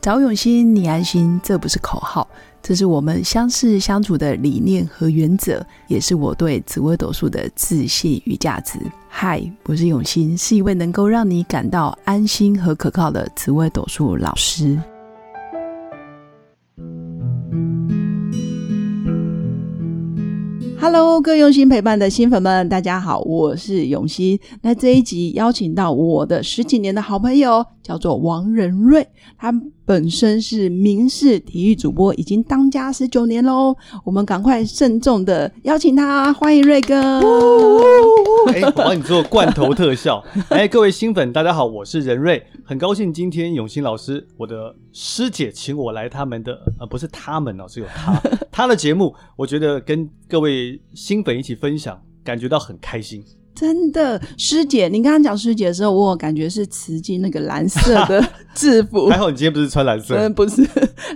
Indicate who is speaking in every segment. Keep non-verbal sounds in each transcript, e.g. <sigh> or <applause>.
Speaker 1: 找永新，你安心，这不是口号，这是我们相识相处的理念和原则，也是我对紫微斗数的自信与价值。嗨，我是永新，是一位能够让你感到安心和可靠的紫微斗数老师。Hello，各位用心陪伴的新粉们，大家好，我是永新。那这一集邀请到我的十几年的好朋友，叫做王仁瑞，他本身是明视体育主播，已经当家十九年喽。我们赶快慎重的邀请他，欢迎瑞哥。
Speaker 2: 哎、我帮你做罐头特效。哎、各位新粉，大家好，我是任瑞，很高兴今天永新老师，我的师姐请我来他们的，呃，不是他们哦，是有
Speaker 1: <laughs>
Speaker 2: 他他的节目，我觉得跟各位新粉一起分享，感觉到很开心。
Speaker 1: 真的，师姐，你刚刚讲师姐的时候，我有感觉是慈济那个蓝色
Speaker 2: <laughs>
Speaker 1: 的制服
Speaker 2: 还，好你今天不是穿蓝色哦
Speaker 1: 嗯，不是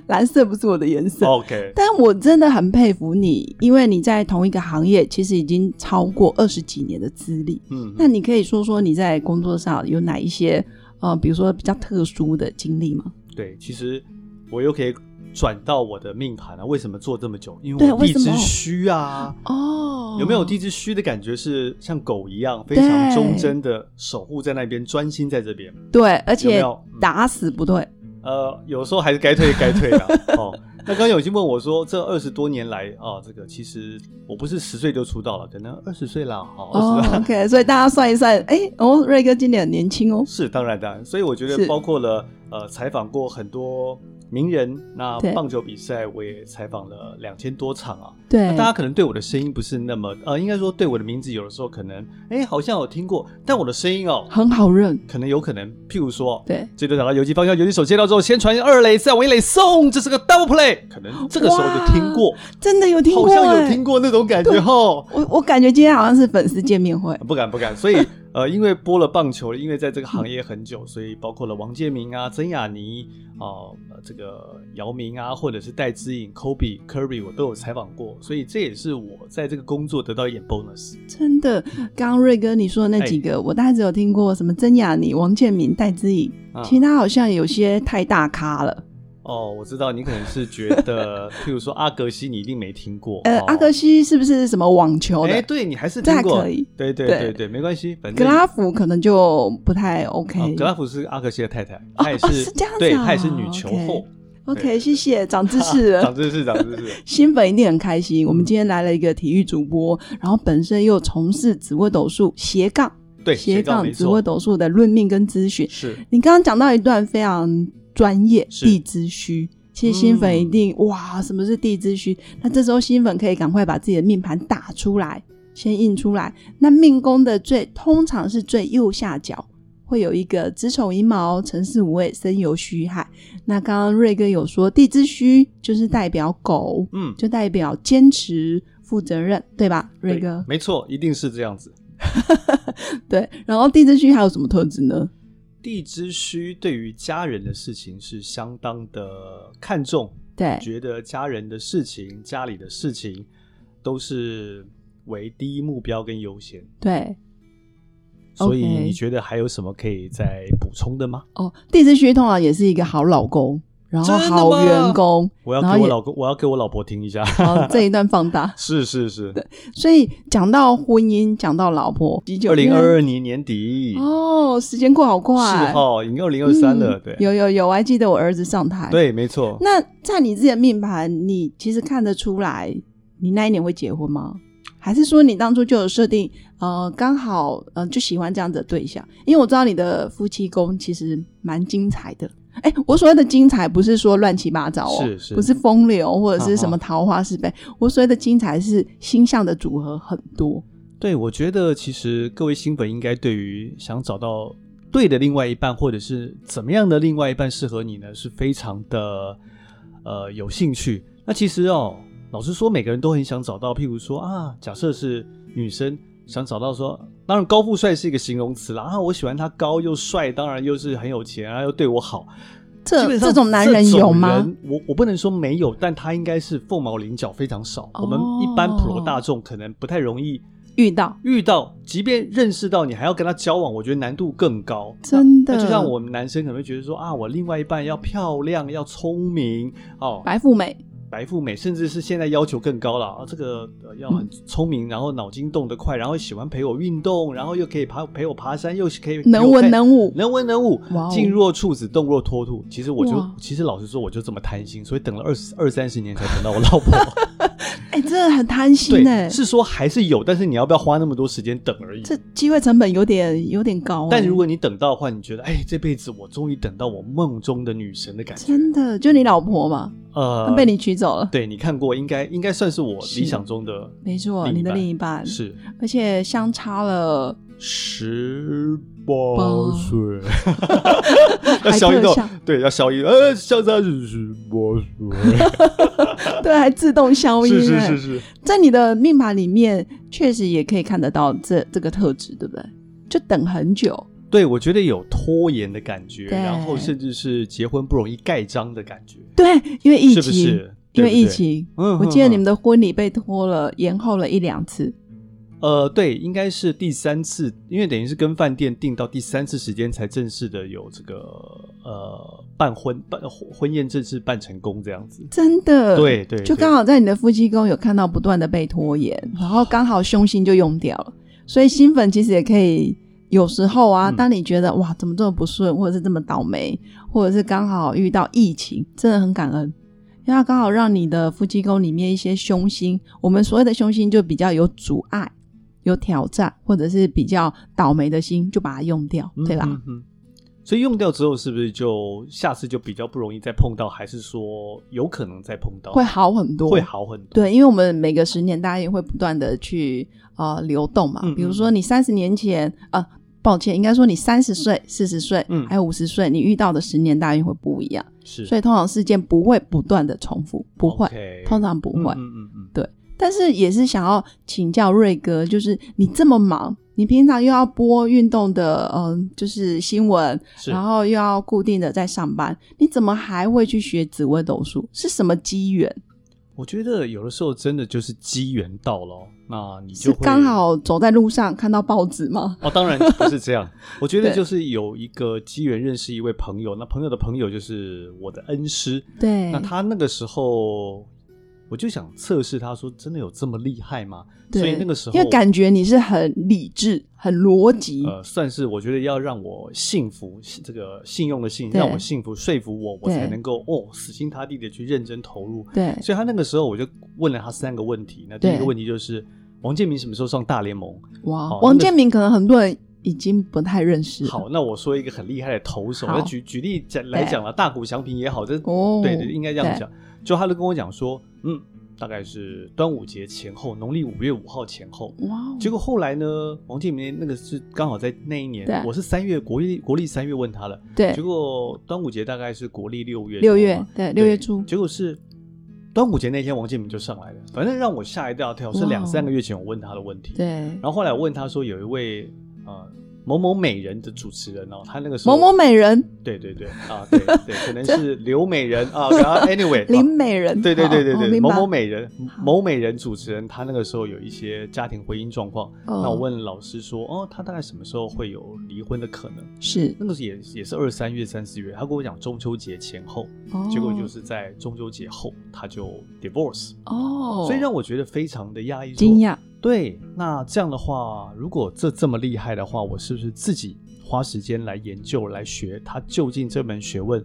Speaker 1: 蓝色，不是我的颜色。
Speaker 2: ，OK，
Speaker 1: 但我真的很佩服你，因为你在同一个行业，其实已经超过二十几年的资历。
Speaker 2: 嗯，
Speaker 1: 那你可以说说你在工作上有哪一些呃，比如说比较特殊的经历吗？
Speaker 2: 对，其实我又可以转到我的命盘啊了、为什么做这么久？因
Speaker 1: 对
Speaker 2: 为我
Speaker 1: 为
Speaker 2: 地
Speaker 1: 什
Speaker 2: 支
Speaker 1: 么
Speaker 2: 虚啊。
Speaker 1: 哦
Speaker 2: 有没有地支虚的感觉是像狗一样非常
Speaker 1: 对
Speaker 2: 忠贞的守护在那边，专心在这边？
Speaker 1: 对，而且
Speaker 2: 有没有嗯
Speaker 1: 打死不对，
Speaker 2: 呃，有时候还是该退该
Speaker 1: <laughs>
Speaker 2: 退啦。哦，那刚刚有兴问我说，这二十多年来啊、这个其实我不是十岁就出道了，可能二十岁啦，好、
Speaker 1: 哦
Speaker 2: 二十、
Speaker 1: ，OK，所以大家算一算，哎、哦，瑞哥今年很年轻哦，
Speaker 2: 是当然当然。所以我觉
Speaker 1: 是
Speaker 2: 得包括了呃，采访过很多名人，那
Speaker 1: 对
Speaker 2: 棒球比赛我也采访了两千多场啊。
Speaker 1: 对，
Speaker 2: 大家可能对我的声音不是那么呃，应该说对我的名字有的时候可能哎好像有听过，但我的声音哦，
Speaker 1: 很好认，
Speaker 2: 可能有可能，譬如说。
Speaker 1: 对，
Speaker 2: 这就打到游击方向，游击手接到之后，先传二垒，再往一垒送，这是个 double play，可能这个时候就听过，
Speaker 1: 真的有听过、
Speaker 2: 好
Speaker 1: 哎，
Speaker 2: 像有听过那种感觉吼。啊
Speaker 1: 我我感觉今天好像是粉丝见面会，
Speaker 2: 不敢不敢，所以呃，因为播了棒球，因为在这个行业很久，所以包括了王建民啊、曾雅妮啊、呃这个姚明啊，或者是戴资颖、Kobe、Curry，我都有采访过，所以这也是我在这个工作得到一点 bonus。
Speaker 1: 真的，刚刚瑞哥你说
Speaker 2: 哎
Speaker 1: 的那几个，我大概只有听过什么曾雅妮、王建民、戴资颖，
Speaker 2: 啊
Speaker 1: 其他好像有些太大咖了。
Speaker 2: 哦，我知道你可能是觉
Speaker 1: <laughs>
Speaker 2: 得，譬如说阿格西，你一定没听过。
Speaker 1: 呃，
Speaker 2: 哦
Speaker 1: 阿格西是不是什么网球
Speaker 2: 哎、
Speaker 1: 的？
Speaker 2: 对你还是
Speaker 1: 这
Speaker 2: 听
Speaker 1: 还
Speaker 2: 过，
Speaker 1: 可以
Speaker 2: 对对
Speaker 1: 对
Speaker 2: 对对没关系，反
Speaker 1: 格
Speaker 2: 正
Speaker 1: 拉福可能就不太
Speaker 2: 啊
Speaker 1: OK。
Speaker 2: 格拉福是阿克西的太太，她也
Speaker 1: 哦是这样子
Speaker 2: 对，
Speaker 1: 啊
Speaker 2: 她也是女球后
Speaker 1: OK，
Speaker 2: 对
Speaker 1: OK，谢谢，长知识
Speaker 2: 长
Speaker 1: 了。
Speaker 2: 知识，长
Speaker 1: <laughs>
Speaker 2: 知识。
Speaker 1: 新粉一定很开心。
Speaker 2: 嗯
Speaker 1: 我们今天来了一个体育主播，然后本身又从事紫微斗数斜杠
Speaker 2: 对，
Speaker 1: 斜
Speaker 2: 杠
Speaker 1: 杠
Speaker 2: 没
Speaker 1: 紫微
Speaker 2: 错，
Speaker 1: 斗数的论命跟咨询。
Speaker 2: 是
Speaker 1: 你刚刚讲到一段非常专业
Speaker 2: 是嗯
Speaker 1: 地之虚，其实新粉一定、哇，什么是地之虚？那这时候新粉可以赶快把自己的命盘打出来，先印出来。那命宫的最通常是最右下角。会有一个子丑寅卯辰巳午未申酉戌亥。那刚刚瑞哥有说地之戌就是代表狗，
Speaker 2: 嗯，
Speaker 1: 就代表坚持、负责任，对吧？瑞
Speaker 2: 对
Speaker 1: 哥
Speaker 2: 没错，一定是这样子。
Speaker 1: 对。然后地之戌还有什么特质呢？
Speaker 2: 地之虚对于家人的事情是相当的看重，
Speaker 1: 对，
Speaker 2: 觉得家人的事情、家里的事情都是为第一目标跟优先。
Speaker 1: 对，
Speaker 2: 所以
Speaker 1: OK
Speaker 2: 你觉得还有什么可以再补充的吗？
Speaker 1: 哦，地质学通常也是一个好老公，然后
Speaker 2: 真的吗
Speaker 1: 好员
Speaker 2: <laughs>
Speaker 1: 工，
Speaker 2: 我要
Speaker 1: 然后
Speaker 2: 给我
Speaker 1: 也
Speaker 2: 老公，我要给我老婆听一下。。
Speaker 1: 然后这一段放大
Speaker 2: 是是是，
Speaker 1: 所以讲到婚姻，讲到老婆，
Speaker 2: 二零二
Speaker 1: 二
Speaker 2: 二年年底，
Speaker 1: 哦，时间过好快，
Speaker 2: 是哦，已经二零二
Speaker 1: 嗯
Speaker 2: 三了，对
Speaker 1: 有有有，我还记得我儿子上台。，
Speaker 2: 对，没错。
Speaker 1: 那在你自己的命盘，你其实看得出来，你那一年会结婚吗？还是说你当初就有设定，呃，刚好呃就喜欢这样子的对象？因为我知道你的夫妻宫其实蛮精彩的。哎、我所谓的精彩不是说乱七八糟哦，
Speaker 2: 是是啊
Speaker 1: 不是风流或者是什么桃花是非。我所谓的精彩是星象的组合很多，
Speaker 2: 对，我觉得其实各位新粉应该对于想找到对的另外一半，或者是怎么样的另外一半适合你呢，是非常的呃有兴趣。那其实哦，老实说，每个人都很想找到，譬如说啊，假设是女生想找到说，当然高富帅是一个形容词啦，啊，我喜欢他高又帅，当然又是很有钱，然啊后又对我好，基
Speaker 1: 这
Speaker 2: 本上
Speaker 1: 这种男人有
Speaker 2: 这种
Speaker 1: 吗？
Speaker 2: 人我我不能说没有，但他应该是凤毛麟角，非常少。
Speaker 1: 哦
Speaker 2: 我们一般普罗大众可能不太容易
Speaker 1: 遇到，
Speaker 2: 遇到，即便认识到你还要跟他交往，我觉得难度更高。
Speaker 1: 真
Speaker 2: 那
Speaker 1: 的，
Speaker 2: 就像我们男生可能会觉得说啊，我另外一半要漂亮、要聪明哦，
Speaker 1: 白富美，
Speaker 2: 白富美，甚至是现在要求更高了啊，这个、呃要
Speaker 1: 嗯
Speaker 2: 很聪明，然后脑筋动得快，然后喜欢陪我运动，然后又可以爬陪我爬山，又可以陪我
Speaker 1: 能文
Speaker 2: 看
Speaker 1: 能武，
Speaker 2: 能文能武
Speaker 1: 哇哦，
Speaker 2: 静若处子，动若脱兔。其实我就
Speaker 1: 哇，
Speaker 2: 其实老实说，我就这么贪心，所以等了二十二三十年才等到我老婆。
Speaker 1: 哎、 <laughs> 真的很贪心哎、
Speaker 2: 对，是说还是有，但是你要不要花那么多时间等而已？
Speaker 1: 这机会成本有点有点高、哎
Speaker 2: 但如果你等到的话，你觉得哎，这辈子我终于等到我梦中的女神的感觉。
Speaker 1: 真的就你老婆嘛，
Speaker 2: 呃，
Speaker 1: 被你娶走了，
Speaker 2: 对你看过，应该应该算是我
Speaker 1: 是嗯
Speaker 2: 理想中的
Speaker 1: 没错，
Speaker 2: 另一
Speaker 1: 你的
Speaker 2: 半
Speaker 1: 另一半，
Speaker 2: 是
Speaker 1: 而且相差了， <laughs>
Speaker 2: 十
Speaker 1: 八
Speaker 2: 八 <laughs> 岁，要消音
Speaker 1: 特
Speaker 2: 到
Speaker 1: 效
Speaker 2: 对，要消音，呃，相差是十八
Speaker 1: 对，还自动消
Speaker 2: 岁，
Speaker 1: 音、哎
Speaker 2: 是是是是，
Speaker 1: 在你的命盘里面，确实也可以看得到这这个特质，对不对？就等很久，
Speaker 2: 对我觉得有拖延的感觉，
Speaker 1: 对
Speaker 2: 然后甚至是结婚不容易盖章的感觉，
Speaker 1: 对，因为疫
Speaker 2: 是
Speaker 1: 情，
Speaker 2: 不是？
Speaker 1: 因
Speaker 2: 对不
Speaker 1: 为
Speaker 2: 对
Speaker 1: 疫，情，
Speaker 2: 嗯，
Speaker 1: 我记得
Speaker 2: 嗯
Speaker 1: 你们的婚礼被拖了，延后了一两次，
Speaker 2: 呃，对，应该是第三次，因为等于是跟饭店订到第三次时间才正式的有这个呃办婚办婚婚宴正式办成功这样子。
Speaker 1: 真的，
Speaker 2: 对对，嗯
Speaker 1: 就
Speaker 2: 对
Speaker 1: 刚好在你的夫妻宫有看到不断的被拖延，然后刚好凶星就用掉了，所以新粉其实也可以。有时候啊，
Speaker 2: 嗯
Speaker 1: 当你觉得、哇怎么这么不顺，或者是这么倒霉，或者是刚好遇到疫情，真的很感恩，因为它刚好让你的夫妻宫里面一些凶星，我们所谓的凶星就比较有阻碍、有挑战，或者是比较倒霉的星，就把它用掉，
Speaker 2: 嗯
Speaker 1: 对啦。
Speaker 2: 嗯嗯所以用掉之后，是不是就下次就比较不容易再碰到，还是说有可能再碰到
Speaker 1: 会好很多，
Speaker 2: 会好很多？
Speaker 1: 对，因为我们每个十年大家也会不断的去呃流动嘛，
Speaker 2: 嗯
Speaker 1: 比如说你三十年前呃，抱歉，应该说你三十岁、四十岁，
Speaker 2: 嗯
Speaker 1: 还有五十岁，你遇到的十年大运会不一样，
Speaker 2: 是，
Speaker 1: 所以通常事件不会不断的重复，不会
Speaker 2: OK
Speaker 1: 通常不
Speaker 2: 嗯
Speaker 1: 会。
Speaker 2: 嗯嗯嗯，
Speaker 1: 但是也是想要请教瑞哥，就是你这么忙，你平常又要播运动的，嗯、就是新闻，
Speaker 2: 是。
Speaker 1: 然后又要固定的在上班，你怎么还会去学紫微斗数？是什么机缘？
Speaker 2: 我觉得有的时候真的就是机缘到了哦，那你
Speaker 1: 是
Speaker 2: 就会
Speaker 1: 刚好走在路上看到报纸吗？
Speaker 2: 哦，当然不
Speaker 1: <laughs>
Speaker 2: 是这样。我觉得
Speaker 1: 对
Speaker 2: 就是有一个机缘认识一位朋友，那朋友的朋友就是我的恩师。
Speaker 1: 对，
Speaker 2: 那他那个时候，我就想测试他说，真的有这么厉害吗？
Speaker 1: 对
Speaker 2: 所以那个时候，
Speaker 1: 因为感觉你是很理智、很逻辑，
Speaker 2: 呃，算是我觉得要让我信服，这个信用的信，
Speaker 1: 对
Speaker 2: 让我信服，说服我，我
Speaker 1: 对
Speaker 2: 才能够哦，死心塌地的去认真投入。
Speaker 1: 对，
Speaker 2: 所以他那个时候，我就问了他三个问题。那第一个
Speaker 1: 对
Speaker 2: 问题就是，王建民什么时候上大联盟？
Speaker 1: 哇，
Speaker 2: 好
Speaker 1: 王
Speaker 2: 那个
Speaker 1: 建民可能很多人已经不太认识了，
Speaker 2: 好，那我说一个很厉害的投手，
Speaker 1: 好
Speaker 2: 那举举例讲来讲了，大谷翔平也好，这
Speaker 1: 哦
Speaker 2: 对对，应该这样
Speaker 1: 对
Speaker 2: 讲。就他就跟我讲说，嗯，大概是端午节前后，农历五月五号前后。
Speaker 1: 哇哦，
Speaker 2: 结果后来呢，王建民那个是刚好在那一
Speaker 1: 对
Speaker 2: 年，我是三月国历国历三月问他了，
Speaker 1: 对
Speaker 2: 结果端午节大概是国历六月
Speaker 1: 六
Speaker 2: 多
Speaker 1: 月
Speaker 2: 嘛
Speaker 1: 对
Speaker 2: 对
Speaker 1: 六月初，
Speaker 2: 结果是端午节那天王建民就上来了，反正让我吓一大跳，是
Speaker 1: 哇
Speaker 2: 两三个月前我问他的问题，
Speaker 1: 对
Speaker 2: 然，后后来我问他说，有一位呃某某美人的主持人哦，他那个时候
Speaker 1: 某某美人、
Speaker 2: 对对对啊，对
Speaker 1: <laughs>
Speaker 2: 对，可能是刘美人啊，然后 anyway
Speaker 1: 林
Speaker 2: 啊
Speaker 1: 美人，
Speaker 2: 对对对对
Speaker 1: 好
Speaker 2: 对，某某，
Speaker 1: 哦
Speaker 2: 美人
Speaker 1: 好
Speaker 2: 某美人主持人，他那个时候有一些家庭婚姻状况，
Speaker 1: 明白
Speaker 2: 那
Speaker 1: 哦
Speaker 2: 我问老师说，哦，他大概什么时候会有离婚的可能？
Speaker 1: 是，
Speaker 2: 那个时候也也是二三月、三四月，他跟我讲中秋节前后，
Speaker 1: 哦
Speaker 2: 结果就是在中秋节后他就 divorce，
Speaker 1: 哦，
Speaker 2: 所以让我觉得非常的压抑，
Speaker 1: 惊讶，
Speaker 2: 对，那这样的话，如果这这么厉害的话，我是不是自己花时间来研究、来学它究竟这门学问，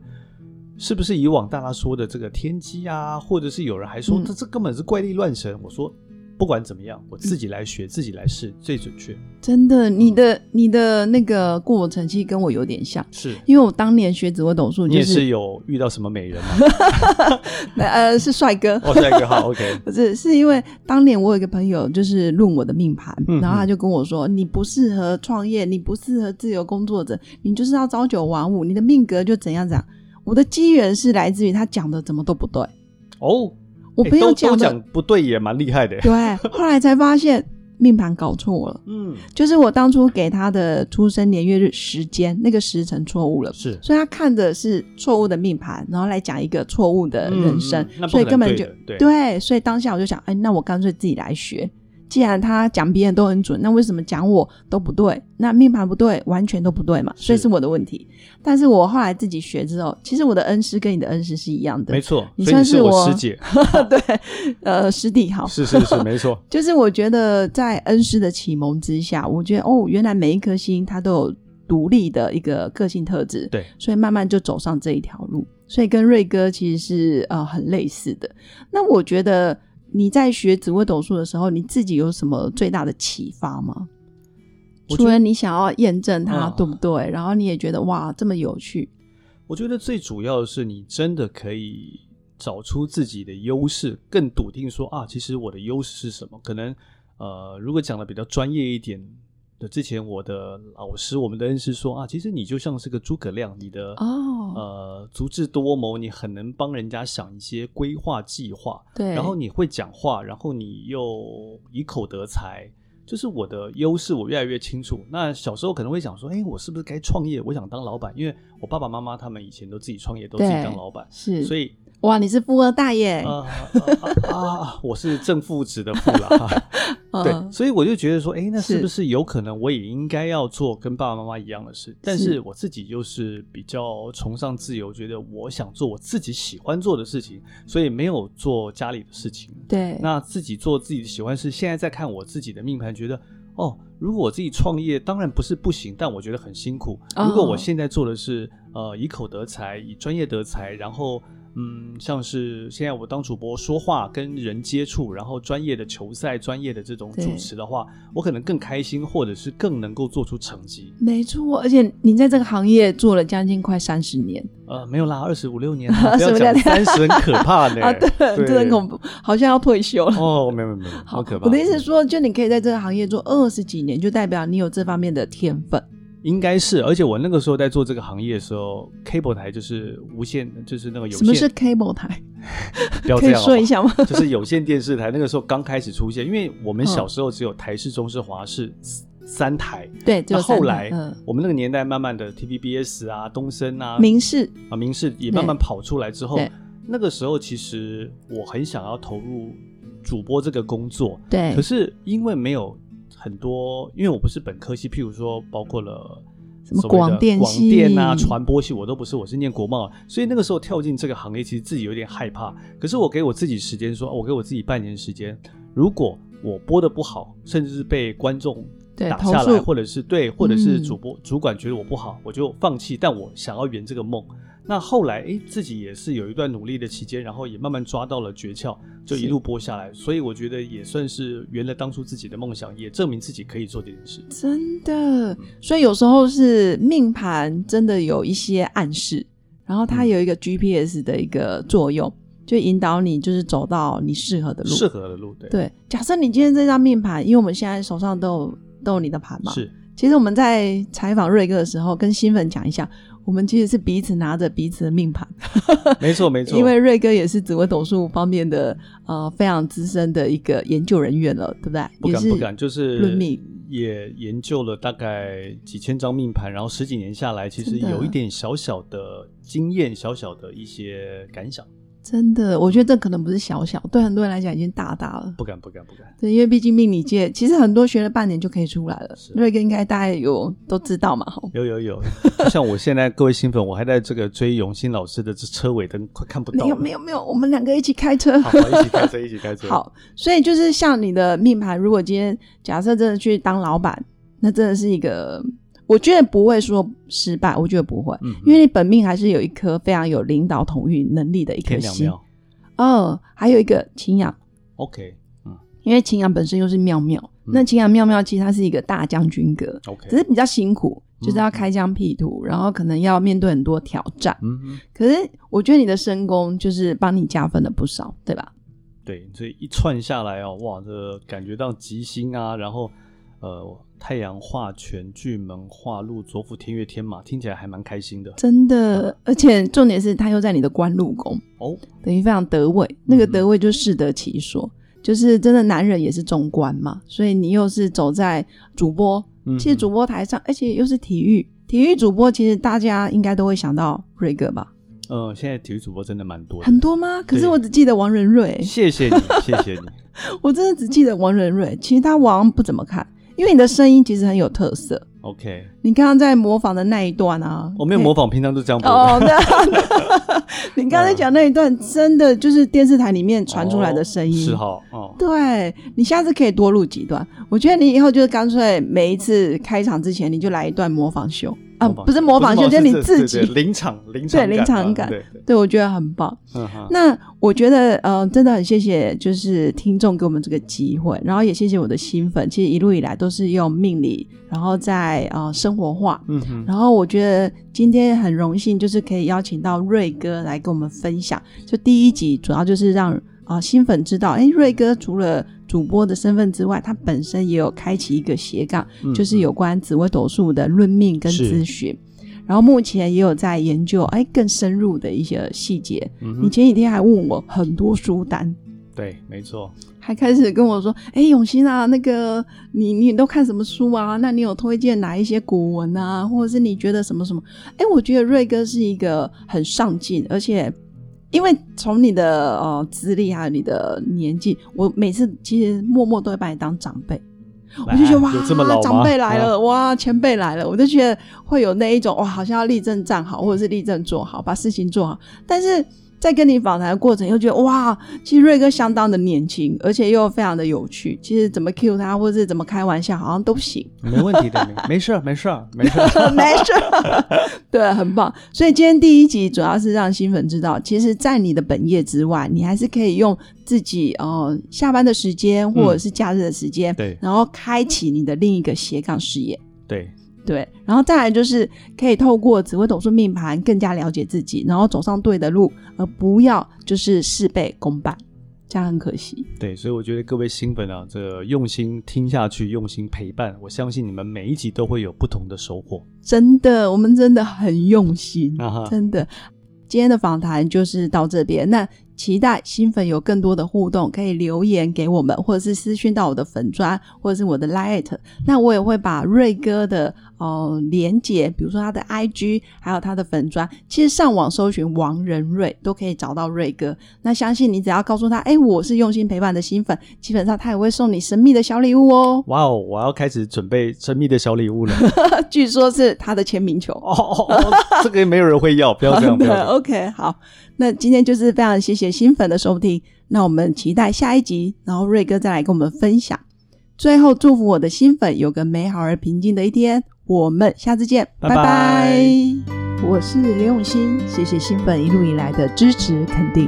Speaker 2: 是不是以往大家说的这个天机啊，或者是有人还说
Speaker 1: 嗯
Speaker 2: 这这根本是怪力乱神？我说不管怎么样，我
Speaker 1: 嗯
Speaker 2: 自己来学、自己来试最准确。
Speaker 1: 真的，你的你的那个过程其实跟我有点像。
Speaker 2: 是
Speaker 1: 因为我当年学紫微斗数，
Speaker 2: 你也
Speaker 1: 就是
Speaker 2: 有遇到什么美人吗？
Speaker 1: <laughs> 呃是帅哥，
Speaker 2: 哦，下一个好，OK，
Speaker 1: 不是，是因为当年我有一个朋友，就是论我的命盘，
Speaker 2: 嗯
Speaker 1: 然后他就跟我说：“你不适合创业，你不适合自由工作者，你就是要朝九晚五，你的命格就怎样怎样。”我的机缘是来自于他讲的怎么都不对，
Speaker 2: 哦，
Speaker 1: 我
Speaker 2: 诶
Speaker 1: 朋友
Speaker 2: 都都
Speaker 1: 的、
Speaker 2: 讲不对也蛮厉害的。
Speaker 1: <laughs> 对，后来才发现命盘搞错了，
Speaker 2: 嗯，
Speaker 1: 就是我当初给他的出生年月日时间那个时辰错误了。
Speaker 2: 是
Speaker 1: 所以他看的是错误的命盘，然后来讲一个错呃误的人生，
Speaker 2: 嗯嗯那不
Speaker 1: 所以
Speaker 2: 可能
Speaker 1: 根本
Speaker 2: 对
Speaker 1: 就
Speaker 2: 的对
Speaker 1: 对，所以当下我就想，哎，那我干脆自己来学。既然他讲别人都很准，那为什么讲我都不对？那命盘不对，完全都不对嘛，所以
Speaker 2: 是
Speaker 1: 是我的问题。但是我后来自己学之后，其实我的恩师跟你的恩师是一样的
Speaker 2: 没，错，
Speaker 1: 你
Speaker 2: 所
Speaker 1: 算
Speaker 2: 以你
Speaker 1: 是
Speaker 2: 是我
Speaker 1: 我
Speaker 2: 师姐，
Speaker 1: 对，呃，师弟 <laughs> 好，
Speaker 2: 是是是，没错，
Speaker 1: 就是我觉得在恩师的启蒙之下，我觉得哦，原来每一颗星它都有独立的一个个性特质，
Speaker 2: 对，
Speaker 1: 所以慢慢就走上这一条路。所以跟瑞哥其实是呃很类似的。那我觉得你在学紫微斗数的时候，你自己有什么最大的启发吗？
Speaker 2: 我觉
Speaker 1: 除
Speaker 2: 得
Speaker 1: 了你想要验证它、
Speaker 2: 嗯
Speaker 1: 对不对，然后你也觉得哇这么有趣，
Speaker 2: 我觉得最主要的是，你真的可以找出自己的优势，更笃定说啊，其实我的优势是什么？可能呃，如果讲的比较专业一点的，之前我的老师，我们的恩师说啊，其实你就像是个诸葛亮，你的
Speaker 1: 哦
Speaker 2: 呃足智多谋，你很能帮人家想一些规划计划，
Speaker 1: 对，
Speaker 2: 然后你会讲话，然后你又以口得财，就是我的优势，我越来越清楚。那小时候可能会想说，哎，我是不是该创业？我想当老板，因为我爸爸妈妈他们以前都自己创业，都自己
Speaker 1: 对
Speaker 2: 当老板，
Speaker 1: 是，
Speaker 2: 所
Speaker 1: 以
Speaker 2: 以
Speaker 1: 哇你是富二代耶，
Speaker 2: 啊啊啊啊，我是正负值的负啦。哈
Speaker 1: <laughs> 嗯
Speaker 2: 对，所以我就觉得说，哎，那是
Speaker 1: 是
Speaker 2: 不是有可能我也应该要做跟爸爸妈妈一样的事？但是我自己就是比较崇尚自由，觉得我想做我自己喜欢做的事情，所以没有做家里的事情。
Speaker 1: 对，
Speaker 2: 那自己做自己喜欢的事，现在在看我自己的命盘，觉得哦，如果我自己创业，当然不是不行，但我觉得很辛苦。
Speaker 1: 哦
Speaker 2: 如果我现在做的是呃以口得财，以专业得财，然后嗯，像是现在我当主播说话跟人接触，然后专业的球赛、专业的这种
Speaker 1: 对
Speaker 2: 主持的话，我可能更开心，或者是更能够做出成绩。
Speaker 1: 没错，而且你在这个行业做了将近快三十年
Speaker 2: 呃，没有啦，二十五六年啊
Speaker 1: <laughs>
Speaker 2: 啦，不要
Speaker 1: 25六
Speaker 2: 讲
Speaker 1: 年
Speaker 2: 三十，很可怕
Speaker 1: <laughs>
Speaker 2: 呢。
Speaker 1: 啊，对，这很恐怖，好像要退休了。
Speaker 2: 哦，没有没有没有，好可怕。嗯
Speaker 1: 我的意思是说，就你可以在这个行业做二十几年，就代表你有这方面的天分。
Speaker 2: 应该是，而且我那个时候在做这个行业的时候，cable 台就是无线，就是那个有
Speaker 1: 什么是
Speaker 2: 线，
Speaker 1: cable 台？
Speaker 2: 不要
Speaker 1: 可
Speaker 2: 这
Speaker 1: 以
Speaker 2: 样好不好
Speaker 1: 说一，下吗？嗯
Speaker 2: 就是有线电视台那个时候刚开始出现，因为我们小时候只有台视、中视、华视三台，
Speaker 1: 对，只有
Speaker 2: 那后
Speaker 1: 三个
Speaker 2: 来
Speaker 1: 嗯，
Speaker 2: 我们那个年代慢慢的 TVBS 啊、东森啊、
Speaker 1: 明示
Speaker 2: 啊明视也慢慢跑出来之后
Speaker 1: 对，
Speaker 2: 那个时候其实我很想要投入主播这个工作，
Speaker 1: 对
Speaker 2: 可，是因为没有很多，因为我不是本科系，譬如说包括了
Speaker 1: 什么
Speaker 2: 所谓的
Speaker 1: 广电系
Speaker 2: 广电啊、传播系，我都不是，我是念国贸，所以那个时候跳进这个行业，其实自己有点害怕。可是我给我自己时间说，我给我自己半年时间，如果我播的不好，甚至是被观众。
Speaker 1: 对
Speaker 2: 打
Speaker 1: 投
Speaker 2: 下来，
Speaker 1: 诉
Speaker 2: 或者是对，或者是
Speaker 1: 嗯
Speaker 2: 主播、主管觉得我不好，我就放弃。但我想要圆这个梦。那后来，哎，自己也是有一段努力的期间，然后也慢慢抓到了诀窍，就一路播下来。所以我觉得也算是圆了当初自己的梦想，也证明自己可以做这件事。
Speaker 1: 真的。所以有时候是命盘真的有一些暗示，然后它
Speaker 2: 嗯
Speaker 1: 有一个 GPS 的一个作用，就引导你就是走到你适合的路。
Speaker 2: 适合的路，对，
Speaker 1: 对，假设你今天这张命盘，因为我们现在手上都有都有你的盘嘛，。
Speaker 2: 是
Speaker 1: 其实我们在采访瑞哥的时候，跟新粉讲一下，我们其实是彼此拿着彼此的命盘，
Speaker 2: 没错没
Speaker 1: <laughs>
Speaker 2: 错。
Speaker 1: 因为瑞哥也是紫微斗数方面的呃非常资深的一个研究人员了，对不对？
Speaker 2: 不
Speaker 1: 也
Speaker 2: 敢
Speaker 1: 是
Speaker 2: 不敢，就是
Speaker 1: 论命
Speaker 2: 也研究了大概几千张命盘，然后十几年下来，其实
Speaker 1: 真的
Speaker 2: 有一点小小的经验，小小的一些感想。
Speaker 1: 真的，我觉得这可能不是小小，对很多人来讲已经大大了。
Speaker 2: 不敢不敢不敢，
Speaker 1: 对，因为毕竟命理界其实很多学了半年就可以出来了
Speaker 2: 是，
Speaker 1: 瑞哥应该大概有都知道嘛，吼
Speaker 2: 有有有，就像我现在各位新粉，我还在这个追永新老师的这车尾灯，快看不到
Speaker 1: 没
Speaker 2: 了。
Speaker 1: 有没有没有，我们两个一起开
Speaker 2: <laughs>
Speaker 1: 车。
Speaker 2: 好，好一起开车，一起开车。，
Speaker 1: 好，所以就是像你的命盘，如果今天假设真的去当老板，那真的是一个，我觉得不会说失败，我觉得不会，
Speaker 2: 嗯，
Speaker 1: 因为你本命还是有一颗非常有领导统御能力的一颗
Speaker 2: 天两
Speaker 1: 心。
Speaker 2: 妙
Speaker 1: 哦，还有一个擎羊，
Speaker 2: ，OK，嗯
Speaker 1: 因为擎羊本身又是妙妙，
Speaker 2: 嗯
Speaker 1: 那擎羊妙妙其实它是一个大将军格，
Speaker 2: ，OK，
Speaker 1: 只是比较辛苦，就是
Speaker 2: 嗯
Speaker 1: 要开疆辟土，然后可能要面对很多挑战。
Speaker 2: 嗯嗯，
Speaker 1: 可是我觉得你的深宫就是帮你加分了不少，对吧？
Speaker 2: 对，这一串下来哦，哇，这感觉到吉星啊，然后呃，太阳化权、巨门化禄、左辅天月天马，听起来还蛮开心的
Speaker 1: 真的，而且重点是它又在你的官禄宫。
Speaker 2: 哦。
Speaker 1: 等于非常得位，那
Speaker 2: 嗯
Speaker 1: 个得位就适得其所，就是真的男人也是中观嘛，所以你又是走在主播，
Speaker 2: 嗯
Speaker 1: 其实主播台上，而且又是体育，体育主播，其实大家应该都会想到瑞哥吧？
Speaker 2: 呃，现在体育主播真的蛮多的，
Speaker 1: 很多吗？可是
Speaker 2: 对
Speaker 1: 我只记得王仁
Speaker 2: <laughs>
Speaker 1: 瑞，
Speaker 2: 谢谢你，谢谢你。
Speaker 1: 我真的只记得王仁瑞，其他我好像不怎么看，因为你的声音其实很有特色。
Speaker 2: OK，
Speaker 1: 你刚刚在模仿的那一段啊，
Speaker 2: 我没有模仿，平常都这样播。
Speaker 1: 哦，对啊， <laughs> 你刚才讲那一段真的就是电视台里面传出来的声音，
Speaker 2: 是哈，哦，
Speaker 1: 对你下次可以多录几段，我觉得你以后就是干脆每一次开场之前你就来一段模仿秀啊，
Speaker 2: 模仿
Speaker 1: 不是模仿秀，就是你自己，
Speaker 2: 对对临场临场
Speaker 1: 对临场感
Speaker 2: 嘛对对，
Speaker 1: 对我觉得呃很棒。
Speaker 2: 嗯哼，
Speaker 1: 那我觉得，呃，真的很谢谢，就是听众给我们这个机会，然后也谢谢我的新粉，其实一路以来都是用命理，然后在呃生活化。
Speaker 2: 嗯哼，
Speaker 1: 然后我觉得今天很荣幸，就是可以邀请到瑞哥来跟我们分享。就第一集主要就是让啊、呃新粉知道，哎，瑞哥除了主播的身份之外，他本身也有开启一个斜杠，
Speaker 2: 嗯
Speaker 1: 就是有关紫微斗数的论命跟
Speaker 2: 是
Speaker 1: 咨询。然后目前也有在研究，哎，更深入的一些细节。
Speaker 2: 嗯
Speaker 1: 你
Speaker 2: 哼，
Speaker 1: 前几天还问我很多书单，
Speaker 2: 对，没错，
Speaker 1: 还开始跟我说：“哎、永兴啊，那个你你都看什么书啊？那你有推荐哪一些古文啊，或者是你觉得什么什么？”哎、我觉得瑞哥是一个很上进，而且因为从你的呃资历还有你的年纪，我每次其实默默都会把你当长辈。我就觉得
Speaker 2: 来
Speaker 1: 哇
Speaker 2: 有这么老，吗
Speaker 1: 长辈来，
Speaker 2: 啊
Speaker 1: 了，哇，前辈来了，我就觉得会有那一种哇，好像要立正站好，或者是立正做好，把事情做好。但是在跟你访谈的过程，又觉得哇，其实瑞哥相当的年轻，而且又非常的有趣。其实怎么 cue 他，或是怎么开玩笑，好像都
Speaker 2: <laughs>
Speaker 1: 行，
Speaker 2: 没问题的，没 <laughs> 没事儿，没事儿，没事儿。
Speaker 1: 没事， <laughs> 对，很棒。所以今天第一集主要是让新粉知道，其实，在你的本业之外，你还是可以用自己呃下班的时间或者是假日的时间，
Speaker 2: <laughs> 对
Speaker 1: 然后开启你的另一个斜杠事业。
Speaker 2: 对，
Speaker 1: 对，然后再来就是可以透过紫微斗数命盘更加了解自己，然后走上对的路，而不要就是事倍功半，这样很可惜。
Speaker 2: 对，所以我觉得各位新粉啊，这个用心听下去，用心陪伴，我相信你们每一集都会有不同的收获。
Speaker 1: 真的，我们真的很用心，
Speaker 2: 啊哈
Speaker 1: 真的。今天的访谈就是到这边，那期待新粉有更多的互动，可以留言给我们，或者是私讯到我的粉砖，或者是我的 Lite。那我也会把瑞哥的呃连接，比如说他的 IG，还有他的粉砖，其实上网搜寻王仁瑞都可以找到瑞哥。那相信你只要告诉他，哎、我是用心陪伴的新粉，基本上他也会送你神秘的小礼物哦。啊
Speaker 2: 哇哦，我要开始准备神秘的小礼物了。
Speaker 1: 据说是他的签名球。
Speaker 2: 哦哦哦，这个没有人会要，不要这样，不要这
Speaker 1: 的
Speaker 2: 样。
Speaker 1: ，OK，好，那今天就是非常谢谢新粉的收听，那我们期待下一集，然后瑞哥再来跟我们分享。最后祝福我的新粉有个美好而平静的一天，我们下次见，
Speaker 2: 拜
Speaker 1: 拜
Speaker 2: 拜
Speaker 1: 我是刘永新，谢谢新粉一路以来的支持肯定。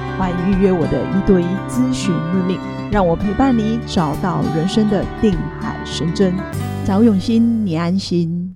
Speaker 1: 欢迎预约我的一对一咨询论命，让我陪伴你找到人生的定海神针。找永新，你安心。